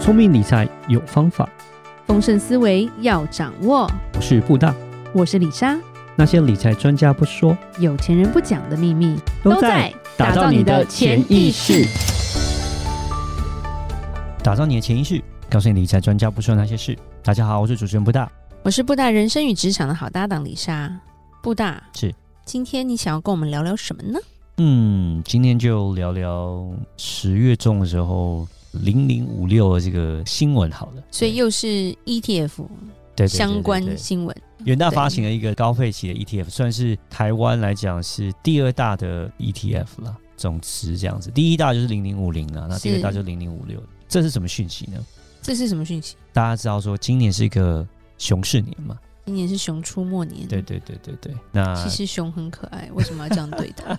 聪明理财有方法，丰盛思维要掌握。我是布大。我是李莎，那些理财专家不说，有钱人不讲的秘密打造你的潜意识。，打造你的潜意识，告诉你理财专家不说那些事。大家好，我是主持人布大。我是布大人生与职场的好搭档李莎。布大是，今天你想要跟我们聊聊什么呢？嗯，今天就聊聊十月中的时候零零五六的这个新闻好了，所以又是 ETF 对对对对相对关新闻，远大发行了一个高配期的 ETF，算是台湾来讲是第二大的 ETF 啦，总值这样子。第一大就是零零五零啦，那第二大就是零零五六。这是什么讯息呢？这是什么讯息？大家知道说今年是一个熊市年嘛？今年是熊出没年，对，啊对对对对，那嗯其实熊很可爱，为什么要这样对 它？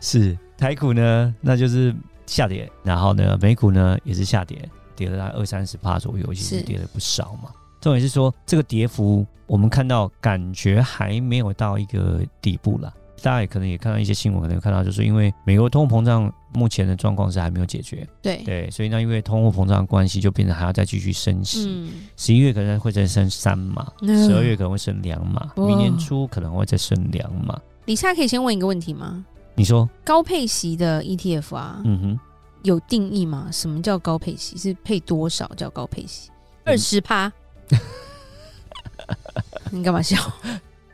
是台股呢，那就是下跌，然后呢，美股呢也是下跌，跌了大概二三十帕左右，尤其是是跌了不少嘛。重点是说，这个跌幅我们看到感觉还没有到一个底部啦。大家也可能也看到一些新闻，可能有看到就是因为美国通货膨胀目前的状况是还没有解决，对，对，所以那因为通货膨胀的关系，就变成还要再继续升息。嗯，十一、月可能会再升三码，嗯十二月可能会升两码，哇明年初可能会再升两码。李莎可以先问一个问题吗？你说，高配息的 ETF 啊，嗯哼，有定义吗？什么叫高配息？是配多少叫高配息？嗯二十 趴？你干嘛笑？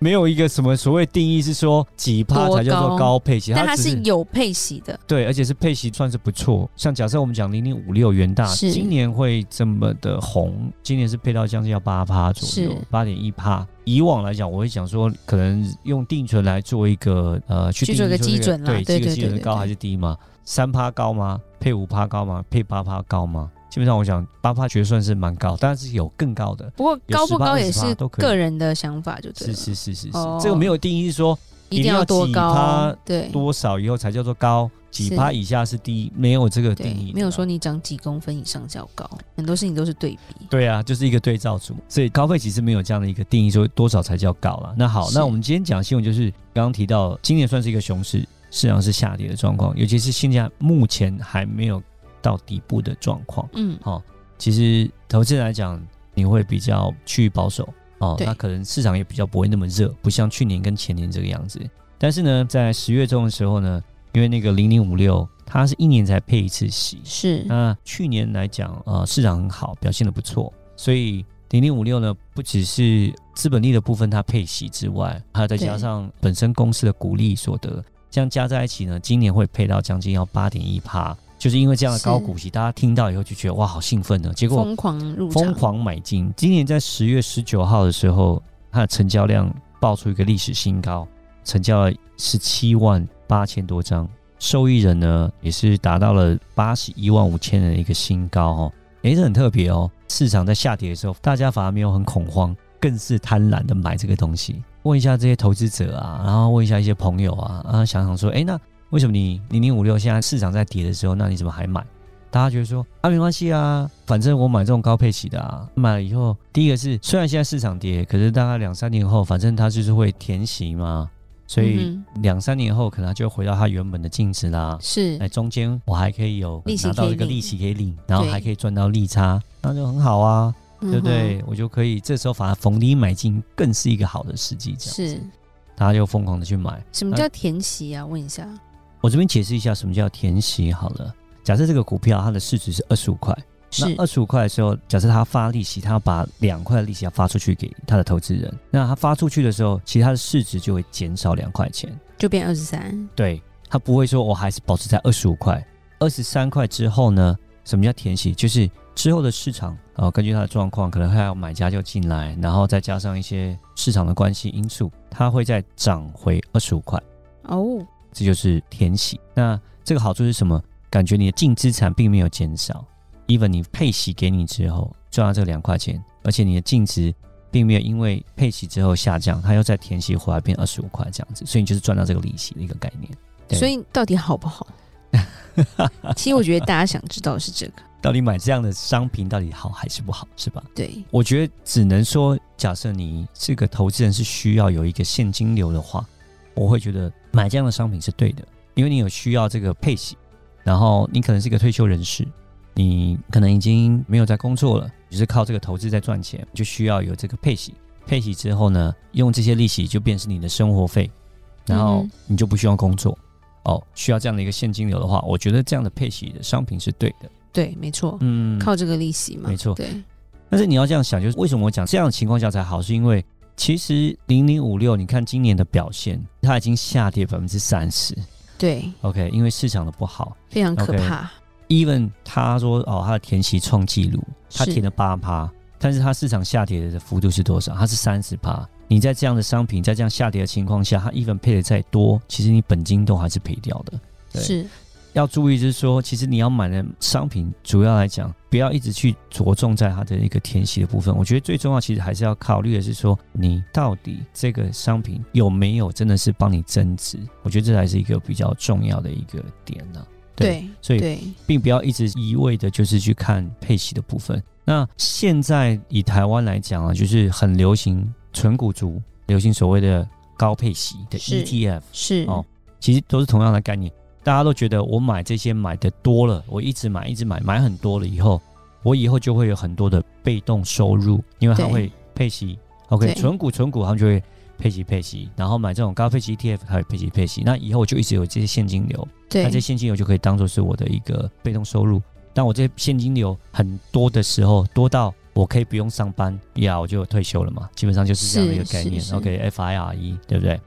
没有一个什么所谓定义是说几趴才叫做多高高配息，但它只是有配息的，对，而且是配息算是不错。像假设我们讲零零五六元大，是今年会这么的红，今年是配到将近要八趴左右是，八点一趴。以往来讲，我会想说，可能用定存来做一个呃，去定去义做一个说这基准啦对，这对个对基对准对是高还是低嘛？三趴高吗？配五趴高吗？配八趴高吗？基本上我想八趴绝对算是蛮高，但是有更高的。不过高不高也有是18%都可以个人的想法，就是对了，是是是是，哦这个没有定义是说一定要多一定要几高趴，对多少以后才叫做高，几是趴以下是低，没有这个定义对，的没有说啦。你长几公分以上叫高，很多事情都是对比。对啊，就是一个对照组，所以高配其实没有这样的一个定义，说多少才叫高啦。那好，是那我们今天讲新闻就是刚刚提到，今年算是一个熊市，市场是下跌的状况，尤其是现在目前还没有到底部的状况。嗯，好、其实投资人来讲，你会比较趋于保守哦，对那可能市场也比较不会那么热，不像去年跟前年这个样子。但是呢，在十月中的时候呢，因为那个零零五六，它是一年才配一次息，是那去年来讲，呃，市场很好，表现的不错，所以零零五六呢，不只是资本利的部分它配息之外，还有再对加上本身公司的股利所得，这样加在一起呢，今年会配到将近要八点一趴，就是因为这样的是高股息，大家听到以后就觉得哇，好兴奋呢，结果疯狂入场，疯狂买进。今年在十月十九号的时候，它的成交量爆出一个历史新高，成交了十七万八千多张，受益人呢也是达到了八十一万五千人的一个新高哦。诶，这很特别哦。市场在下跌的时候，大家反而没有很恐慌，更是贪婪的买这个东西。问一下这些投资者啊，然后问一下一些朋友啊，啊，想想说，诶，那为什么你零零五六现在市场在跌的时候，那你怎么还买？大家觉得说啊，没关系啊，反正我买这种高配息的啊，买了以后，第一个是虽然现在市场跌，可是大概两三年后，反正它就是会填息嘛，所以嗯两三年后可能它就回到它原本的净值啦哼。是哎，中间我还可以有利息拿到可以这个领利息可以领，然后对还可以赚到利差，那就很好啊，对对不？对？我就可以这时候反而逢低买进，更是一个好的时机。这样，是大家就疯狂的去买。什么叫填息啊？问一下，我这边解释一下什么叫填息好了。假设这个股票它的市值是二十五块，那是二十五块的时候，假设他发利息，他要把两块的利息要发出去给他的投资人，那他发出去的时候，其实他的市值就会减少两块钱。就变二十三，对，他不会说我还是保持在二十五块、二十三块之后呢？什么叫填息？就是之后的市场呃，根据它的状况，可能还有买家就进来，然后再加上一些市场的关系因素，它会再涨回二十五块。哦，这就是填息。那这个好处是什么？感觉你的净资产并没有减少，even 你配息给你之后赚到这两块钱，而且你的净值并没有因为配息之后下降，它又再填息回来变二十五块这样子，所以你就是赚到这个利息的一个概念。对所以到底好 不好？其实我觉得大家想知道的是这个，到底买这样的商品到底好还是不好，是吧？对，我觉得只能说，假设你这个投资人是需要有一个现金流的话，我会觉得买这样的商品是对的，因为你有需要这个配息，然后你可能是一个退休人士，你可能已经没有在工作了，只是靠这个投资在赚钱，就需要有这个配息。配息之后呢，用这些利息就变成你的生活费，然后嗯你就不需要工作。哦，需要这样的一个现金流的话，我觉得这样的配息的商品是对的。对，没错，嗯，靠这个利息嘛，没错对，但是你要这样想，就是为什么我讲这样的情况下才好，是因为其实零零五六，你看今年的表现，它已经下跌百分之三十。对， OK，因为市场的不好非常可 OK 怕。 ，even 他说哦，他的填息创纪录，他是填了八趴，但是它市场下跌的幅度是多少？它是三十趴。你在这样的商品在这样下跌的情况下，它 even 配的再多，其实你本金都还是赔掉的。对是，要注意就是说，其实你要买的商品，主要来讲，不要一直去着重在它的一个填息的部分。我觉得最重要，其实还是要考虑的是说，你到底这个商品有没有真的是帮你增值？我觉得这才是一个比较重要的一个点呢、对对，所以对，并不要一直一味的就是去看配息的部分。那现在以台湾来讲啊，就是很流行纯股族，流行所谓的高配息的 E 是 ETF。是，哦其实都是同样的概念。大家都觉得我买这些买的多了，我一直买一直买，买很多了以后，我以后就会有很多的被动收入，因为它对会配息。OK，对存股存股，他们就会配息配息，然后买这种高配息 ETF，它会配息配息。那以后我就一直有这些现金流，那对这，些现金流就可以当做是我的一个被动收入。当我这些现金流很多的时候，多到我可以不用上班呀，我就有退休了嘛，基本上就是这样的一个是概念是。是 OK，FIRE，、对不对？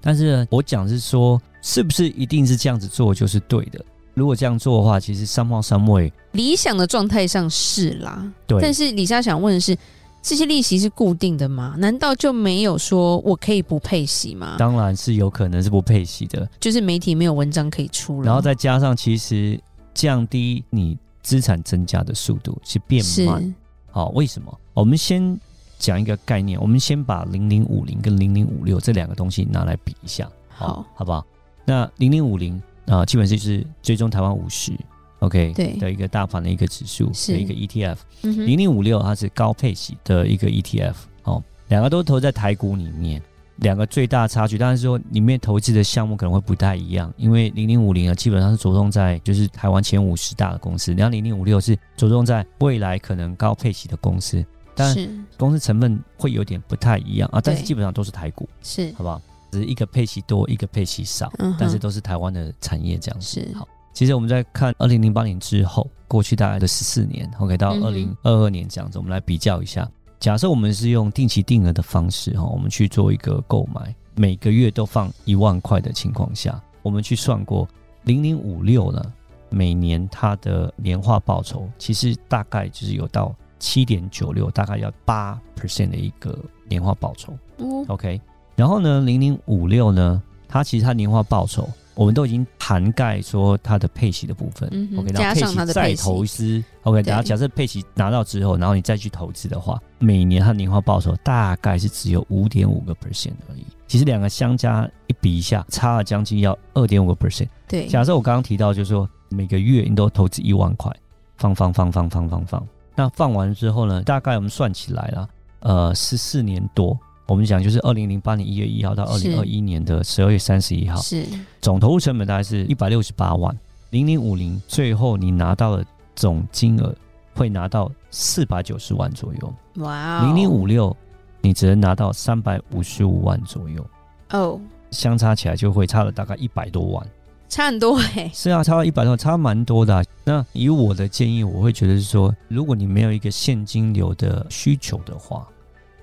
但是呢我讲是说，是不是一定是这样子做就是对的？如果这样做的话，其实 somehow some way，理想的状态上是啦，对，但是李莎想问的是，这些利息是固定的吗？难道就没有说我可以不配息吗？当然是有可能是不配息的。就是媒体没有文章可以出了，然后再加上，其实降低你资产增加的速度是变是慢。好，为什么？我们先讲一个概念，我们先把零零五零跟零零五六这两个东西拿来比一下，好，好不好？那零零五零啊，基本上就是追踪台湾五十，OK，对的一个大盘的一个指数是的一个 E ETF，嗯零哼，零五六它是高配息的一个 ETF，哦，两个都投在台股里面。两个最大差距，当然是说里面投资的项目可能会不太一样，因为零零五零啊，基本上是着重在就是台湾前五十大的公司，然后零零五六是着重在未来可能高配息的公司。当然是公司成分会有点不太一样啊，但是对基本上都是台股，是，好不好？只是一个配息多，一个配息少，嗯哼，但是嗯都是台湾的产业这样子。是好其实我们在看二零零八年之后，过去大概的十四年，OK，到二嗯哼零二二年这样子，我们来比较一下。假设我们是用定期定额的方式哈，我们去做一个购买，每个月都放一万块的情况下，我们去算过零零五六呢，每年它的年化报酬其实大概就是有到七点九六，大概要八 percent 的一个年化报酬。哦 OK，然后呢，零零五六呢，它其实它年化报酬，我们都已经涵盖说它的配息的部分。嗯哼 OK，然加后配上它息的再配息投资。OK，然后对假设配息拿到之后，然后你再去投资的话，每年它年化报酬大概是只有五点五个 percent 而已。其实两个相加一比一下，差了将近要二点五个 percent。对，假设我刚刚提到，就是说每个月你都投资一万块，放放放放放放放，那放完之后呢，大概我们算起来啦，呃，十四年多，我们讲就是二零零八年一月一号到二是零二一年的十二月三十一号，是总投入成本大概是一百六十八万，零零五零最后你拿到的总金额会拿到四百九十万左右，哇，哦零零五六你只能拿到三百五十五万左右，哦，相差起来就会差了大概一百多万。差很多哎，是啊，差到一百多，差蛮多的啊、那以我的建议，我会觉得是说，如果你没有一个现金流的需求的话，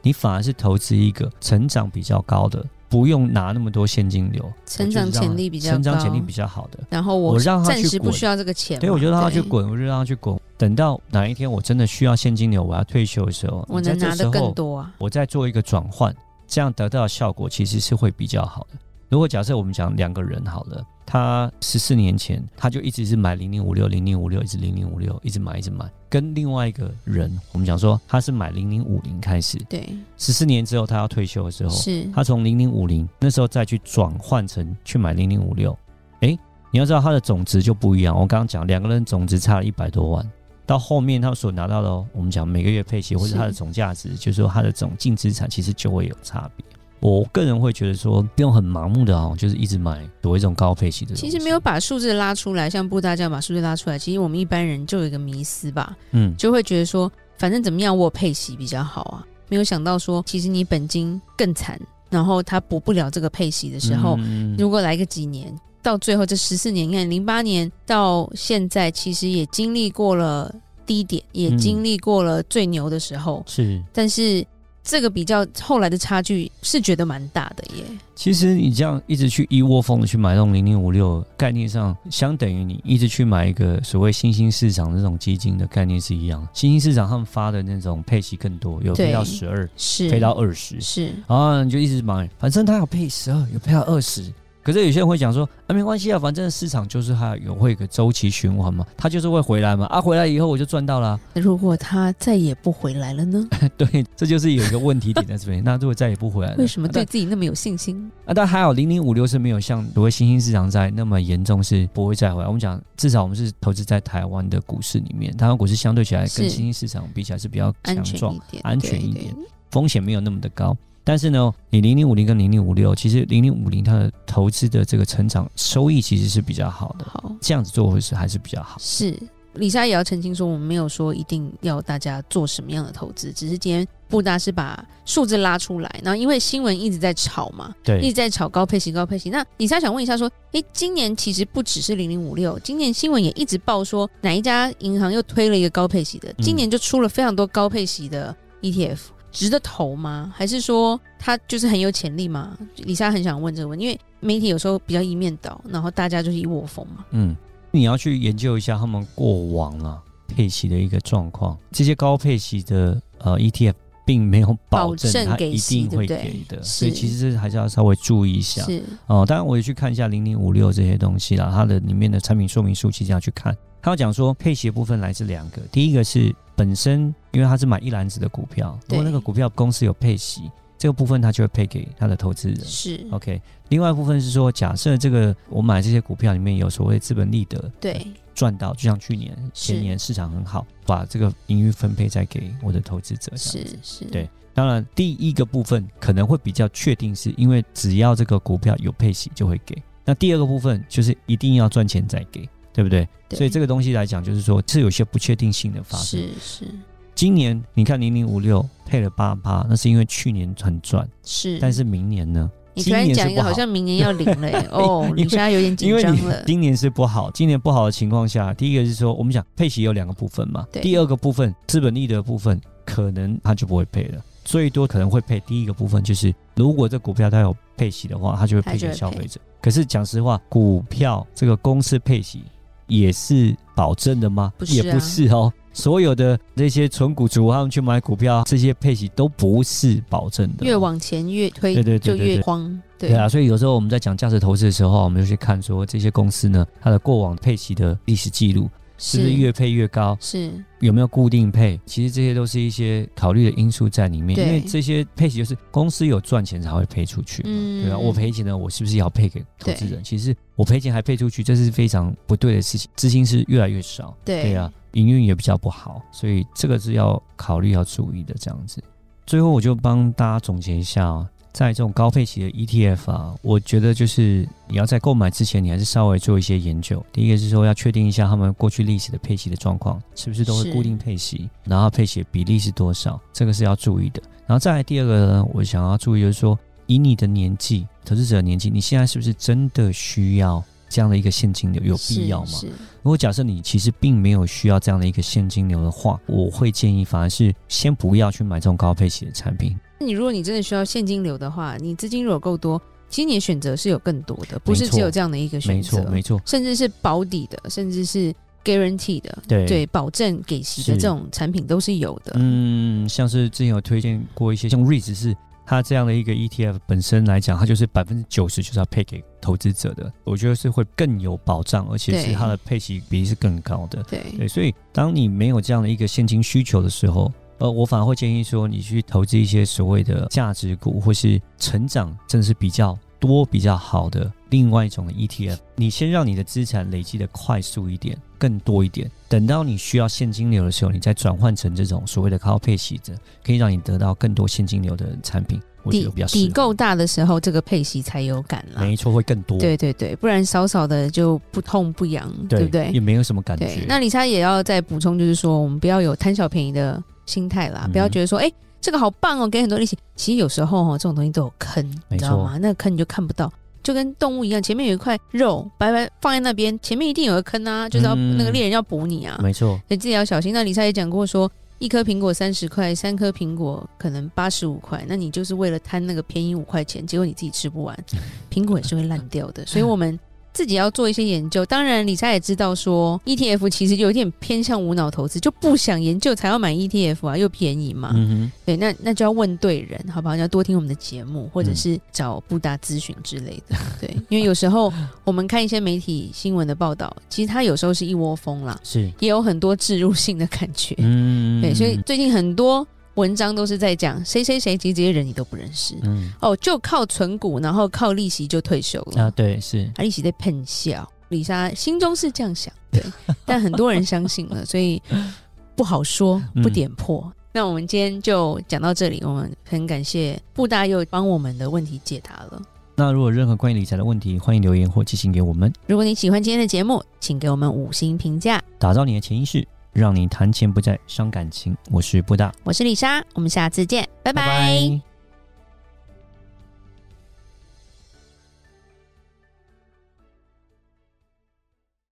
你反而是投资一个成长比较高的，不用拿那么多现金流，成长我就是让潜力比较成长高潜力比较好的。然后我我让他暂去时不滚需要这个钱嘛，对，我就让他去对，滚，我就让他去滚。等到哪一天我真的需要现金流，我要退休的时候，我你在能这拿时的候更多啊，我再做一个转换，这样得到的效果其实是会比较好的。如果假设我们讲两个人好了，他十四年前他就一直是买零零五六零零五六，一直零零五六，一直买一直买，跟另外一个人，我们讲说他是买零零五零开始，对，十四年之后他要退休的时候，是他从零零五零那时候再去转换成去买零零五六，哎，你要知道他的总值就不一样。我刚刚讲两个人总值差了一百多万，到后面他所拿到的哦，我们讲每个月配息或者是他的总价值，就是说他的总净资产其实就会有差别。我个人会觉得说，不用很盲目的哦，就是一直买躲一种高配息的。其实没有，把数字拉出来，像布大这样把数字拉出来，其实我们一般人就有一个迷思吧，嗯，就会觉得说，反正怎么样我有配息比较好啊。没有想到说，其实你本金更惨，然后他补不了这个配息的时候，嗯如果来个几年，到最后这十四年，你看零八年到现在，其实也经历过了低点，也嗯经历过了最牛的时候，是，但是这个比较后来的差距是觉得蛮大的耶。其实你这样一直去一窝蜂的去买这种零零五六，概念上相等于你一直去买一个所谓新兴市场的这种基金的概念是一样。新兴市场他们发的那种配息更多，有对配到十二，是配到二十，是然后你就一直买，反正它有配十二，有配到二十。可是有些人会讲说，啊，没关系啊，反正市场就是它有会有个周期循环嘛，它就是会回来嘛，啊，回来以后我就赚到了啊、 如果他再也不回来了呢？对，这就是有一个问题点在这边。那如果再也不回来了，为什么啊对自己那么有信心？啊，但还好，零零五六是没有像所谓新兴市场在那么严重，是不会再回来。我们讲，至少我们是投资在台湾的股市里面，台湾股市相对起来是跟新兴市场比起来是比较安强全壮一，强点，壮安全一嗯对点对风险没有那么的高。但是呢，你零零五零跟零零五六，其实零零五零它的投资的这个成长收益其实是比较好的，好这样子做会是还是比较好。是。李莎也要澄清说，我们没有说一定要大家做什么样的投资，只是今天布大是把数字拉出来，然后因为新闻一直在炒嘛，一对直，在炒高配型、高配型。那李莎想问一下，说，诶，今年其实不只是零零五六，今年新闻也一直报说哪一家银行又推了一个高配息的，今年就出了非常多高配息的 ETF，、值得投吗？还是说它就是很有潜力吗？李莎很想问这个问题，因为媒体有时候比较一面倒，然后大家就是一窝蜂嘛。嗯，你要去研究一下他们过往啊配息的一个状况，这些高配息的呃 ETF 并没有保证保证它给一息定会对不对给的，所以是其实这还是要稍微注意一下。是啊哦，当然我也去看一下零零五六这些东西啦，它的里面的产品说明书其实要去看。它要讲说配息的部分来自两个，第一个是本身因为它是买一篮子的股票，如果对那个股票公司有配息，这个部分它就会配给它的投资人。是， OK，另外一部分是说，假设这个我买这些股票里面有所谓资本利得呃对，赚到，就像去年是前年市场很好，把这个盈余分配再给我的投资者。这样是子是，对当然，第一个部分可能会比较确定，是因为只要这个股票有配息就会给。那第二个部分就是一定要赚钱再给，对不对？对所以这个东西来讲，就是说是有些不确定性的发生。是是今年你看零零五六配了八八，那是因为去年很赚，是，但是明年呢？你突然今年讲是一个，不好好像明年要零了耶， 哦，因李为莎有点因紧为张你了，今年是不好，今年不好的情况下，第一个是说我们讲配息有两个部分嘛，对第二个部分资本利得部分可能它就不会配了，最多可能会配第一个部分，就是如果这股票它有配息的话，它就会它配就给会消费配者。可是讲实话，股票这个公司配息也是保证的吗？不是啊也不是哦。所有的那些纯股族他们去买股票，这些配息都不是保证的哦。越往前越推，对对对就对越对慌。对对啊，所以有时候我们在讲价值投资的时候，我们就去看说这些公司呢，它的过往配息的历史记录是不是越配越高，是有没有固定配？其实这些都是一些考虑的因素在里面，对因为这些配息就是公司有赚钱才会配出去嘛，嗯对啊，我赔钱呢，我是不是也要配给投资人？其实我赔钱还配出去，这是非常不对的事情，资金是越来越少，对对啊，营运也比较不好，所以这个是要考虑要注意的这样子。最后我就帮大家总结一下、啊，在这种高配息的 ETF 啊，我觉得就是你要在购买之前，你还是稍微做一些研究。第一个是说要确定一下他们过去历史的配息的状况，是不是都是会固定配息，然后配息的比例是多少，这个是要注意的。然后再来第二个呢，我想要注意就是说，以你的年纪，投资者的年纪，你现在是不是真的需要这样的一个现金流？有必要吗？是是如果假设你其实并没有需要这样的一个现金流的话，我会建议反而是先不要去买这种高配息的产品。你如果你真的需要现金流的话，你资金如果够多，其实你的选择是有更多的，不是没错只有这样的一个选没择错，，没错，甚至是保底的，甚至是 guarantee 的，对对，保证给息的是这种产品都是有的。嗯，像是之前有推荐过一些，像 REITs 是它这样的一个 ETF 本身来讲，它就是百分之九十就是要配给投资者的，我觉得是会更有保障，而且对是它的配息比例是更高的。对对，所以当你没有这样的一个现金需求的时候，呃，我反而会建议说，你去投资一些所谓的价值股或是成长，真的是比较多、比较好的另外一种的 ETF。你先让你的资产累积的快速一点，更多一点，等到你需要现金流的时候，你再转换成这种所谓的高配息的，可以让你得到更多现金流的产品。我觉底得比较适底合。够大的时候，这个配息才有感啦。没错，会更多，对对对，不然少少的就不痛不痒，对不对也？没有什么感对觉，。那李莎也要再补充，就是说我们不要有贪小便宜的心态啦，嗯不要觉得说，哎、这个好棒哦，给很多利息。其实有时候哦，这种东西都有坑，没你错知道吗？那个坑你就看不到，就跟动物一样，前面有一块肉白白放在那边，前面一定有个坑啊，就是要、嗯那个猎人要捕你啊，没错，所以自己要小心。那李莎也讲过说。一颗苹果三十块，三颗苹果可能八十五块，那你就是为了贪那个便宜五块钱，结果你自己吃不完，苹果也是会烂掉的。所以我们自己要做一些研究。当然，李莎也知道说 ETF 其实有点偏向无脑投资，就不想研究才要买 ETF 啊，又便宜嘛。嗯对，那那就要问对人，好不好？你要多听我们的节目，或者是找布达咨询之类的。对，因为有时候我们看一些媒体新闻的报道，其实它有时候是一窝蜂啦。哼，是，也有很多植入性的感觉。嗯，对，所以最近很多文章都是在讲谁谁谁，其实这些人你都不认识、嗯哦，就靠存股，然后靠利息就退休了，啊，对，是啊、利息在喷笑。李莎心中是这样想， 对，但很多人相信了，所以不好说，嗯不点破。那我们今天就讲到这里，我们很感谢布大又帮我们的问题解答了。那如果有任何关于理财的问题，欢迎留言或寄信给我们。如果你喜欢今天的节目，请给我们五星评价。打造你的潜意识，让你谈钱不再伤感情。我是布大，我是李莎，我们下次见，拜拜